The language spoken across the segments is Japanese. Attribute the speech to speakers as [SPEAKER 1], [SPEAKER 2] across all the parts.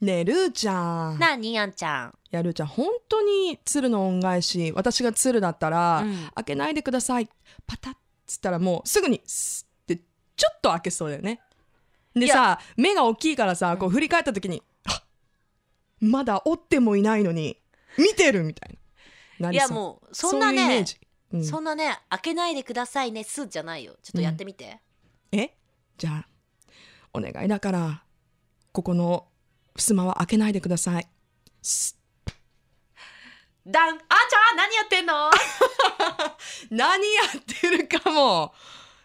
[SPEAKER 1] ねえルーちゃん。い
[SPEAKER 2] なあにあんちゃん、
[SPEAKER 1] やルーちゃん、本当に鶴の恩返し、私が鶴だったら、
[SPEAKER 2] うん
[SPEAKER 1] 開けないでください。パタッつったらもうすぐに、スッってちょっと開けそうだよね。で
[SPEAKER 2] いや
[SPEAKER 1] さ、目が大きいからさ、こう振り返った時に、あまだ折ってもいないのに、見てるみたいな。
[SPEAKER 2] いや
[SPEAKER 1] う、
[SPEAKER 2] もうそんな
[SPEAKER 1] そういうイメ
[SPEAKER 2] ね
[SPEAKER 1] ージ。うん
[SPEAKER 2] そんなね開けないでくださいねすじゃないよちょっとやってみて、
[SPEAKER 1] えじゃあお願いだからここの襖は開けないでくださいす
[SPEAKER 2] だんあんちゃん何やってんの
[SPEAKER 1] 何やってるかも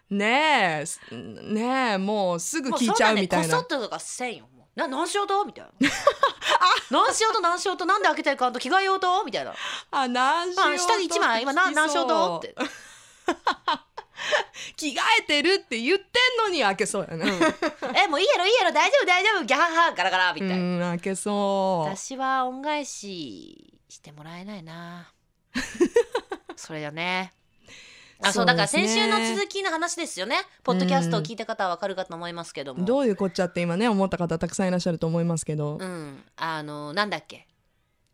[SPEAKER 1] ねえすねえもうすぐ
[SPEAKER 2] もう
[SPEAKER 1] 聞い
[SPEAKER 2] そん
[SPEAKER 1] ちゃ
[SPEAKER 2] な
[SPEAKER 1] う
[SPEAKER 2] ね
[SPEAKER 1] みた
[SPEAKER 2] こ
[SPEAKER 1] い
[SPEAKER 2] そ
[SPEAKER 1] な
[SPEAKER 2] っととかせんよもうな何しようとみたいな何しようと何しようとなんで開けてるかんと着替えようとみたいな
[SPEAKER 1] あ何しよう
[SPEAKER 2] あ下に一枚今な何しようとって、
[SPEAKER 1] 着替えてるって言ってんのに開けそうやね
[SPEAKER 2] えもういいやろいいやろ大丈夫大丈夫ギャハハガラガラみ
[SPEAKER 1] う
[SPEAKER 2] たいな、
[SPEAKER 1] ん開けそう
[SPEAKER 2] 私は恩返ししてもらえないな それだねあ
[SPEAKER 1] そ
[SPEAKER 2] そう
[SPEAKER 1] うですね
[SPEAKER 2] だから先週の続きの話ですよねポッドキャストを聞いた方はわかるかと思いますけども
[SPEAKER 1] どういうこっちゃって今ね思った方たくさんいらっしゃると思いますけど、
[SPEAKER 2] うんあのなんだっけ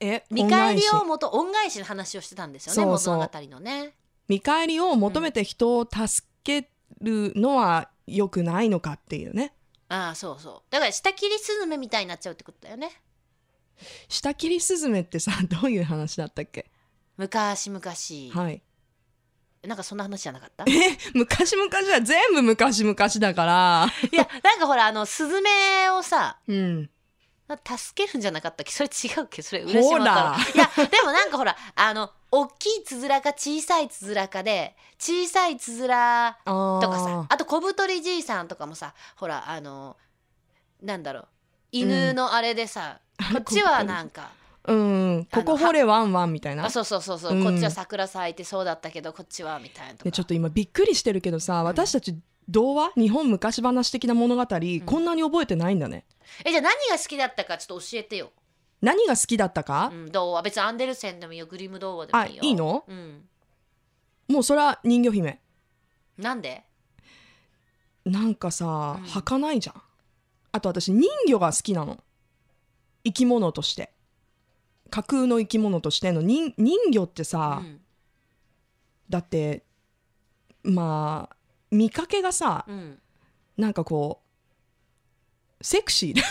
[SPEAKER 1] え
[SPEAKER 2] 見
[SPEAKER 1] 恩
[SPEAKER 2] 返
[SPEAKER 1] 返
[SPEAKER 2] り
[SPEAKER 1] し
[SPEAKER 2] をもと恩返しの話をしてたんですよね
[SPEAKER 1] そうそう
[SPEAKER 2] 物語のね
[SPEAKER 1] 見返りを求めて人を助けるのは良くないのかっていうね
[SPEAKER 2] ああそうそうだから下切りスズメみたいになっちゃうってことだよね
[SPEAKER 1] 下切りスズメってさどういう話だったっけ
[SPEAKER 2] 昔昔、
[SPEAKER 1] はい
[SPEAKER 2] なんかそんな話じゃなかったい
[SPEAKER 1] え昔々は全部昔々だから
[SPEAKER 2] や なんかほらあのスズメをさ
[SPEAKER 1] うん
[SPEAKER 2] 助けるんじゃなかったっけそれ違うっけそれ浦
[SPEAKER 1] ほ
[SPEAKER 2] 島太郎
[SPEAKER 1] ら
[SPEAKER 2] いやでもなんかほらあの大きいつづらか小さいつづらかで小さいつづら
[SPEAKER 1] と
[SPEAKER 2] とかさあと小太りじいさんとかもさほらあのなんだろう犬のあれで さ、こっちはなんか
[SPEAKER 1] うんここ掘れワンワンみたいな
[SPEAKER 2] あそうそうそうそう、
[SPEAKER 1] うん
[SPEAKER 2] こっちは桜咲いてそうだったけどこっちはみたいなとか
[SPEAKER 1] ねちょっと今びっくりしてるけどさ私たち童話日本昔話的な物語、こんなに覚えてないんだね
[SPEAKER 2] えじゃあ何が好きだったかちょっと教えてよ、
[SPEAKER 1] 何が好きだったか
[SPEAKER 2] う、ん、童話別にアンデルセンでもいいよグリム童話でも
[SPEAKER 1] あ
[SPEAKER 2] いい
[SPEAKER 1] い
[SPEAKER 2] よ
[SPEAKER 1] いの
[SPEAKER 2] うん
[SPEAKER 1] もうそれは人魚姫
[SPEAKER 2] なんで
[SPEAKER 1] なんかさ、
[SPEAKER 2] うん
[SPEAKER 1] 儚いじゃんあと私人魚が好きなの生き物として架空の生き物としての人人魚ってさ、
[SPEAKER 2] うん
[SPEAKER 1] だってまあ見かけがさ
[SPEAKER 2] うん
[SPEAKER 1] なんかこうセクシーだ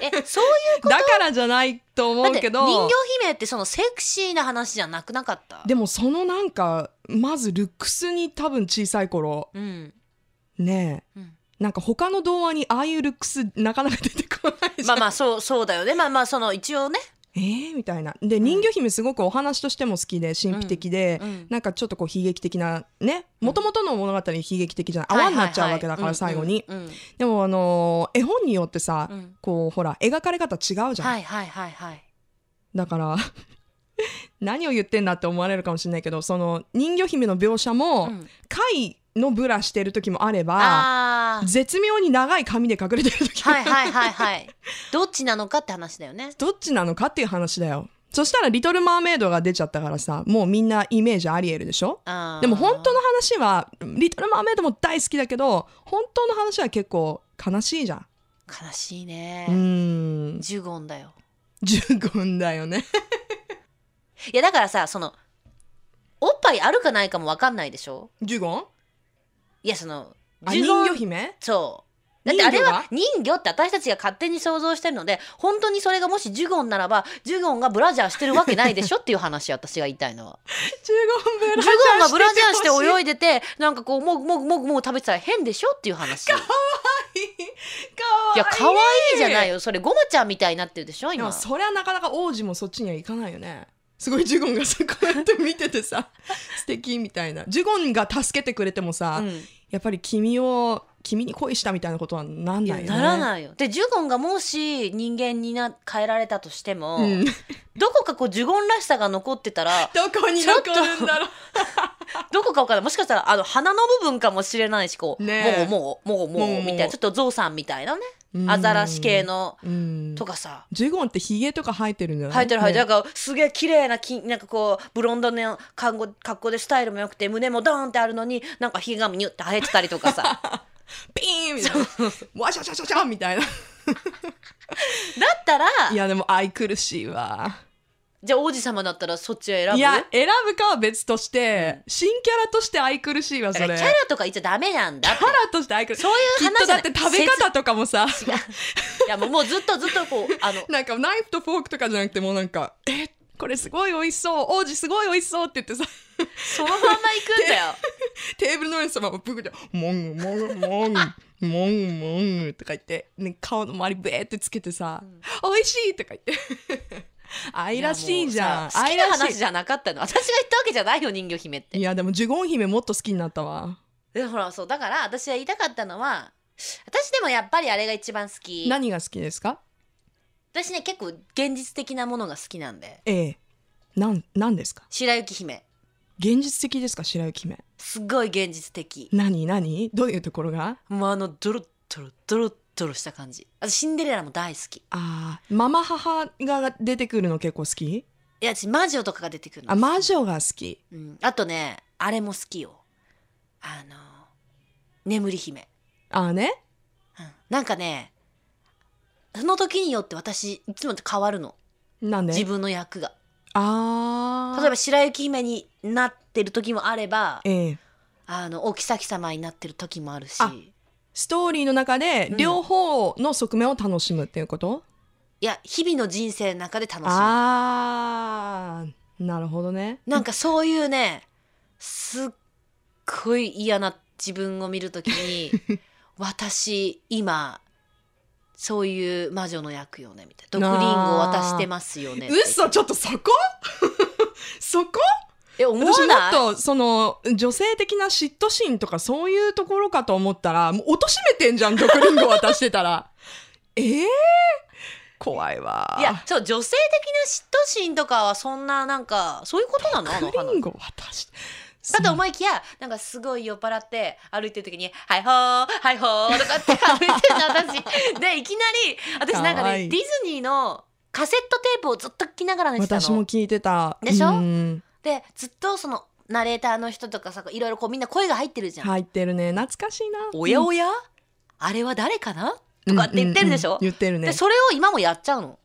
[SPEAKER 2] えそういう
[SPEAKER 1] だからじゃないと思うけ
[SPEAKER 2] だっ
[SPEAKER 1] ど
[SPEAKER 2] て人形姫ってそのセクシーな話じゃなくなかった
[SPEAKER 1] でもそのなんかまずルックスに多分小さい頃
[SPEAKER 2] うん、
[SPEAKER 1] ねえ
[SPEAKER 2] うん
[SPEAKER 1] なんか他の童話にああいうルックスなかなか出てこないじ
[SPEAKER 2] ま
[SPEAKER 1] ゃ
[SPEAKER 2] あ
[SPEAKER 1] ん
[SPEAKER 2] まあそうそうだよねまあまあその一応ね、
[SPEAKER 1] えー、みたいなで人魚姫すごくお話としても好きで神秘的で、
[SPEAKER 2] うん
[SPEAKER 1] なんかちょっとこう悲劇的なねもともとの物語悲劇的じゃない、
[SPEAKER 2] は
[SPEAKER 1] 泡
[SPEAKER 2] いはい
[SPEAKER 1] に
[SPEAKER 2] は
[SPEAKER 1] ないっちゃうわけだから最後に、
[SPEAKER 2] うんうんうん
[SPEAKER 1] でもあのー絵本によってさ、
[SPEAKER 2] うん
[SPEAKER 1] こうほら描かれ方違うじゃん、
[SPEAKER 2] はいはいはいはい
[SPEAKER 1] だから 何を言ってんだって思われるかもしれないけどその人魚姫の描写も、
[SPEAKER 2] うん
[SPEAKER 1] 貝のブラしてる時もあれば
[SPEAKER 2] あー
[SPEAKER 1] 絶妙に長い髪で隠れてる時も
[SPEAKER 2] はいはいはいはいどっちなのかって話だよね
[SPEAKER 1] どっちなのかっていう話だよそしたら「リトル・マーメイド」が出ちゃったからさもうみんなイメージアリエルでしょ
[SPEAKER 2] あー
[SPEAKER 1] でも本当の話は「リトル・マーメイド」も大好きだけど本当の話は結構悲しいじゃん
[SPEAKER 2] 悲しいね、
[SPEAKER 1] うーん
[SPEAKER 2] ジュゴンだよ
[SPEAKER 1] 十分だよね
[SPEAKER 2] いやだからさそのおっぱいあるかないかもわかんないでしょ
[SPEAKER 1] 十五
[SPEAKER 2] いやその
[SPEAKER 1] あ
[SPEAKER 2] ジュ
[SPEAKER 1] 人
[SPEAKER 2] ゴン
[SPEAKER 1] 魚姫
[SPEAKER 2] そう。だってあれは
[SPEAKER 1] 人
[SPEAKER 2] 人魚って私たちが勝手に想像してるので本当にそれがもしジュゴンならばジュゴンがブラジャーしてるわけないでしょっていう話私が言いたいのは。
[SPEAKER 1] 十 五分
[SPEAKER 2] ジュゴンが ブラジャーして泳いでてなんかこうもぐもぐもぐもぐ食べてたら変でしょっていう話。い
[SPEAKER 1] かわいい
[SPEAKER 2] や可愛いじゃないよそれゴマちゃんみたいになってるでしょ
[SPEAKER 1] で
[SPEAKER 2] 今
[SPEAKER 1] も。そりゃなかなか王子もそっちには行かないよねすごいジュゴンがさこうやって見てて さ素敵みたいなジュゴンが助けてくれてもさ、
[SPEAKER 2] うん
[SPEAKER 1] やっぱり君を君に恋したみたいなことはなん
[SPEAKER 2] い
[SPEAKER 1] な
[SPEAKER 2] や
[SPEAKER 1] いよね
[SPEAKER 2] ならないよ。でジュゴンがもし人間にな変えられたとしても、
[SPEAKER 1] うん、ど
[SPEAKER 2] どこかこうジュゴンらしさが残ってたら
[SPEAKER 1] こに
[SPEAKER 2] ちょっ
[SPEAKER 1] 残
[SPEAKER 2] と
[SPEAKER 1] るんだろ
[SPEAKER 2] どこかわからない。もしかしたら、あの、鼻の部分かもしれないし、こう、
[SPEAKER 1] ねえ
[SPEAKER 2] もごもごも
[SPEAKER 1] も
[SPEAKER 2] ごも
[SPEAKER 1] ご
[SPEAKER 2] ごみたいな、ちょっとゾウさんみたいなね、アザラシ系の、
[SPEAKER 1] うん、うん
[SPEAKER 2] とかさ、
[SPEAKER 1] ジュゴンってヒゲとか生えてるんじゃない
[SPEAKER 2] 生えてる生えてる、
[SPEAKER 1] ね
[SPEAKER 2] だから、すげえ綺麗なき、なんかこう、ブロンドの格好格好でスタイルも良くて、胸もドーンってあるのに、なんかヒゲがニュって生え てたりとかさ、
[SPEAKER 1] ピーンみたいなワシャシャシャシャみたいな
[SPEAKER 2] ったら
[SPEAKER 1] いやでも愛くるしいわ
[SPEAKER 2] じゃあ王子様だったらそっちを選ぶ
[SPEAKER 1] いや選ぶかは別として、
[SPEAKER 2] うん
[SPEAKER 1] 新キャラとして愛くるしいわそ
[SPEAKER 2] だか
[SPEAKER 1] れ
[SPEAKER 2] らキャラとか言っちゃダメなんだって
[SPEAKER 1] キャラとして愛くるしい
[SPEAKER 2] そういう
[SPEAKER 1] きっと
[SPEAKER 2] 話じ
[SPEAKER 1] だ
[SPEAKER 2] ゃ
[SPEAKER 1] っ
[SPEAKER 2] ない
[SPEAKER 1] て食べ方とかもさ
[SPEAKER 2] 切いやもうもうずっとずっとこうあの
[SPEAKER 1] なんかナイフとフォークとかじゃなくてもうなんか「えこれすごい美味しそう王子すごい美味しそう」って言ってさ
[SPEAKER 2] そのまんま行くんだよ
[SPEAKER 1] テーブルの上にさまぶくちゃ「モングモングモングモングモング」とか言って、ね、顔の周りベーってつけてさ「美味しい!」とか言って 愛らしいじゃん
[SPEAKER 2] やもうさ好きな
[SPEAKER 1] 愛らし
[SPEAKER 2] 話じゃなかったの私が言ったわけじゃないよ人魚姫っ
[SPEAKER 1] いい
[SPEAKER 2] て
[SPEAKER 1] やでもジュゴン姫もっと好きになったわ
[SPEAKER 2] でほらそうだから私が言いたかったのは私でもやっぱりあれが一番好き
[SPEAKER 1] 何が好きですか
[SPEAKER 2] 私ね結構現実的なものが好きなんで
[SPEAKER 1] ええなんなんですか
[SPEAKER 2] 白雪姫
[SPEAKER 1] 現実的ですか白雪姫
[SPEAKER 2] すっごい現実的
[SPEAKER 1] 何何どういうところが
[SPEAKER 2] もうあのドロッドロッドロッドロした感じ私シンデレラも大好きい
[SPEAKER 1] あーママ母が出てくるの結構好き
[SPEAKER 2] や私魔女とかが出てくるの
[SPEAKER 1] あ魔女が好き
[SPEAKER 2] うん、あとねあれも好きよあの眠り姫、
[SPEAKER 1] ああね
[SPEAKER 2] うん、なんかねその時によって私いつも変わるの
[SPEAKER 1] なんで
[SPEAKER 2] 自分の役が
[SPEAKER 1] ああ
[SPEAKER 2] 例えば白雪姫になってる時もあれば
[SPEAKER 1] ええ
[SPEAKER 2] あのお妃様になってる時もあるし
[SPEAKER 1] あストーリーの中で
[SPEAKER 2] うん
[SPEAKER 1] 両方の側面を楽しむっていうこと、
[SPEAKER 2] いや日々の人生の中で楽しむ
[SPEAKER 1] ああなるほどね
[SPEAKER 2] なんかそういうねすっごい嫌な自分を見る 時に私今そういう魔女の役よねみたいな毒リンゴを渡してますよねって
[SPEAKER 1] 嘘ちょっとそこ そこ
[SPEAKER 2] え思
[SPEAKER 1] 私も
[SPEAKER 2] わない
[SPEAKER 1] っとその女性的な嫉妬心とかそういうところかと思ったらもう貶めてんじゃん毒リンゴ渡してたら ええ怖いわ
[SPEAKER 2] いやそう女性的な嫉妬心とかはそんななんかそういうことなのあの
[SPEAKER 1] 毒
[SPEAKER 2] 花
[SPEAKER 1] リンゴ渡して
[SPEAKER 2] かと思いきやなんかすごい酔っ払って歩いてる時に「はいほーはいほー」とか って歩いてるの私でいきなり私なんか
[SPEAKER 1] かわ
[SPEAKER 2] ね
[SPEAKER 1] いい
[SPEAKER 2] ディズニーのカセットテープをずっと聞きながら寝てたの
[SPEAKER 1] 私も聞いてた
[SPEAKER 2] でしょ
[SPEAKER 1] うん
[SPEAKER 2] でずっとそのナレーターの人とかさいろいろこうみんな声が入ってるじゃん。
[SPEAKER 1] 入ってるね懐かしいな
[SPEAKER 2] おやおや、あれは誰かなとかって言ってるでしょ、
[SPEAKER 1] うんうんうん言ってるね
[SPEAKER 2] でそれを今もやっちゃうの。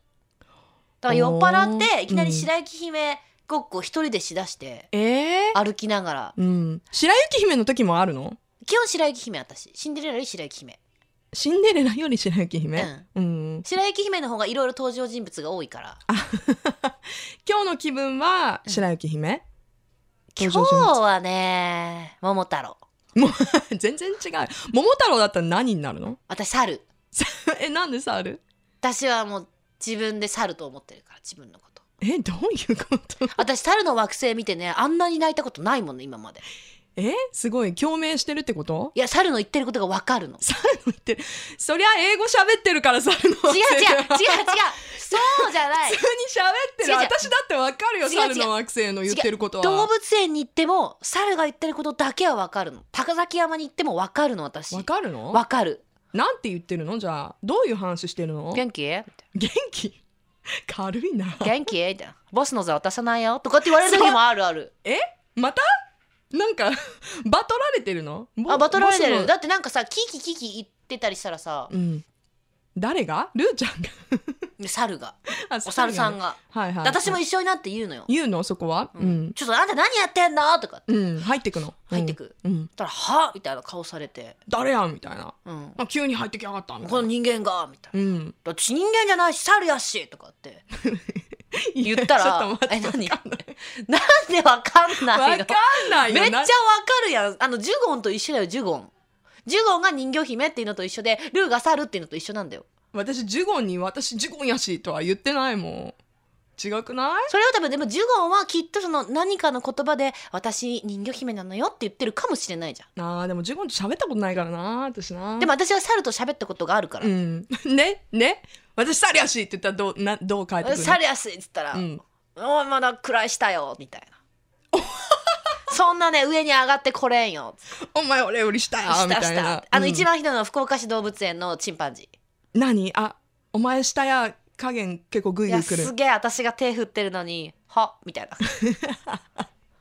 [SPEAKER 2] だから酔っ払っ
[SPEAKER 1] おー
[SPEAKER 2] ていきなり白雪姫ごっこを一人でしだして
[SPEAKER 1] えー
[SPEAKER 2] 歩きながら
[SPEAKER 1] うん、白雪姫の時もあるの
[SPEAKER 2] 基本白雪姫私シンデレラより白雪姫
[SPEAKER 1] シンデレラより白雪姫、うん
[SPEAKER 2] 白雪姫の方がいろいろ登場人物が多いから
[SPEAKER 1] 今日の気分は白雪姫、
[SPEAKER 2] 今
[SPEAKER 1] 登
[SPEAKER 2] 日
[SPEAKER 1] 場人物
[SPEAKER 2] はね桃太郎
[SPEAKER 1] 全然違う桃太郎だったら何になるの
[SPEAKER 2] 私猿
[SPEAKER 1] えなんでさある
[SPEAKER 2] 私はもう自分で猿と思ってるから自分のこと
[SPEAKER 1] えどういうこと
[SPEAKER 2] 私猿の惑星見てねあんなに泣いたことないもんね今まで
[SPEAKER 1] えすごい共鳴してるってこと
[SPEAKER 2] いや猿の言ってることがわかるの違
[SPEAKER 1] 猿の言ってるそりゃ英語喋ってるから猿の
[SPEAKER 2] う違う違う違う
[SPEAKER 1] 普通に
[SPEAKER 2] そうじゃない
[SPEAKER 1] 喋ってる
[SPEAKER 2] 違う違う
[SPEAKER 1] 私だってわかるよ
[SPEAKER 2] 違う違う
[SPEAKER 1] 猿の惑星の言ってることは
[SPEAKER 2] 動物園に行っても猿が言ってることだけはわかるの高崎山に行ってもわかるの私
[SPEAKER 1] わかるの
[SPEAKER 2] わかる
[SPEAKER 1] なんて言ってるのじゃあどういう話してるの
[SPEAKER 2] 元気
[SPEAKER 1] 元気軽いな
[SPEAKER 2] 元気みたいなボスの座渡さないよとかって言われる時もあるある
[SPEAKER 1] またなんかバトられてるのボ
[SPEAKER 2] あバトルられて
[SPEAKER 1] ボ
[SPEAKER 2] る
[SPEAKER 1] スの
[SPEAKER 2] だってなんかさキキキキ言ってたりしたらさ
[SPEAKER 1] うん誰がルーちゃんが
[SPEAKER 2] 猿が
[SPEAKER 1] あ
[SPEAKER 2] お猿さ
[SPEAKER 1] が
[SPEAKER 2] んが
[SPEAKER 1] はいはい、
[SPEAKER 2] 私も一緒になって言うのよ
[SPEAKER 1] 言うのそこはう
[SPEAKER 2] うん
[SPEAKER 1] ん、
[SPEAKER 2] ちょっとあんた何やってんのとか
[SPEAKER 1] うん入ってくの
[SPEAKER 2] 入って、く
[SPEAKER 1] うんうん
[SPEAKER 2] そしたら「はみたいな顔されて
[SPEAKER 1] 誰やみたいな
[SPEAKER 2] 「うん
[SPEAKER 1] あ急に入ってきやがったみた
[SPEAKER 2] こ
[SPEAKER 1] い
[SPEAKER 2] の
[SPEAKER 1] な
[SPEAKER 2] 人間が」みたいな
[SPEAKER 1] うん、
[SPEAKER 2] 「私人間じゃないし猿やし」とかって言った
[SPEAKER 1] いやちょ
[SPEAKER 2] ら
[SPEAKER 1] っと待
[SPEAKER 2] え
[SPEAKER 1] って
[SPEAKER 2] 何なんでわかん
[SPEAKER 1] わ
[SPEAKER 2] ない
[SPEAKER 1] か
[SPEAKER 2] の
[SPEAKER 1] んないよ
[SPEAKER 2] めっちゃ
[SPEAKER 1] な
[SPEAKER 2] わかるやんあのジュゴンと一緒だよジュゴンジュゴンが人魚姫っていうのと一緒でルーが猿っていうのと一緒なんだよ
[SPEAKER 1] 私ジュゴンに私ジュゴンやしとは言ってないもん違くない
[SPEAKER 2] それは多分でもジュゴンはきっとその何かの言葉で「私人魚姫なのよ」って言ってるかもしれないじゃん
[SPEAKER 1] あーでもジュゴンと喋ったことないからな私な
[SPEAKER 2] でも私は猿と喋ったことがあるか
[SPEAKER 1] う
[SPEAKER 2] ら
[SPEAKER 1] ん ねね私猿やしって言ったらどうなどう書いてく
[SPEAKER 2] 「
[SPEAKER 1] るの
[SPEAKER 2] 猿やすい」っつったら「
[SPEAKER 1] うん
[SPEAKER 2] おいまだ暗いしたよ」みたい なそんなね上に上がってこれんよ
[SPEAKER 1] お前俺より下やみ
[SPEAKER 2] した
[SPEAKER 1] た
[SPEAKER 2] し
[SPEAKER 1] いな
[SPEAKER 2] たあの
[SPEAKER 1] うん
[SPEAKER 2] 一番ひどいのは福岡市動物園のチンパンジー
[SPEAKER 1] 何あお前下や加減結構グイ
[SPEAKER 2] い
[SPEAKER 1] グ
[SPEAKER 2] や
[SPEAKER 1] イく
[SPEAKER 2] す
[SPEAKER 1] る
[SPEAKER 2] げえ私が手振ってるのに「は」み たいな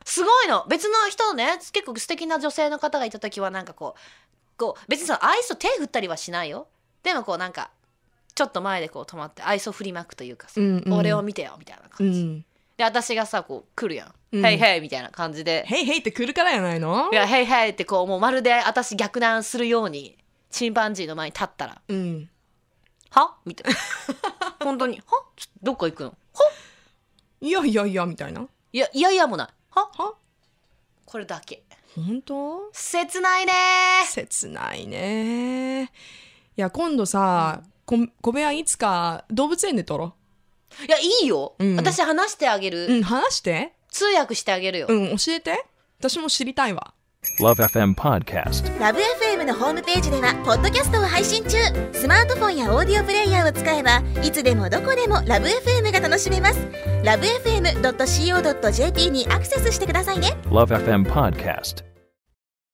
[SPEAKER 2] すごいの別の人ね結構素敵な女性の方がいた時はなんかこうこう別にそのアイスを手振ったりはしないよでもこうなんかちょっと前でこう止まって愛想振りまくというかさ、
[SPEAKER 1] うんうん
[SPEAKER 2] 俺を見てよみたいな
[SPEAKER 1] う
[SPEAKER 2] 感じ、
[SPEAKER 1] ん
[SPEAKER 2] で私がさこう来るやん「
[SPEAKER 1] うん
[SPEAKER 2] ヘイヘイ」みたいな感じで
[SPEAKER 1] ヘイヘイって来るからやないの
[SPEAKER 2] 「いやヘイヘイ」ってこうもうまるで私逆難するようにチンパンジーの前に立ったら
[SPEAKER 1] うん
[SPEAKER 2] 「は?」みたいな本当に「はちょどっか行くの?
[SPEAKER 1] いやいやいやみたいない
[SPEAKER 2] や」いやいやもない「は
[SPEAKER 1] は
[SPEAKER 2] これだけ
[SPEAKER 1] 本当
[SPEAKER 2] 切ないね
[SPEAKER 1] 切ないねいや今度さ、こ小部屋いつか動物園で撮ろ
[SPEAKER 2] いやいいよ、
[SPEAKER 1] うん
[SPEAKER 2] 私話してあげる、
[SPEAKER 1] ううん話して
[SPEAKER 2] 通訳してあげるよ、
[SPEAKER 1] うん教えて私も知りたいわ
[SPEAKER 3] Love FM Podcast.
[SPEAKER 4] ラブ f m のホームページではポッドキャストを配信中スマートフォンやオーディオプレイヤーを使えばいつでもどこでもラブ f m が楽しめますラブ FM.co.jp にアクセスしてくださいね
[SPEAKER 3] Love FM Podcast.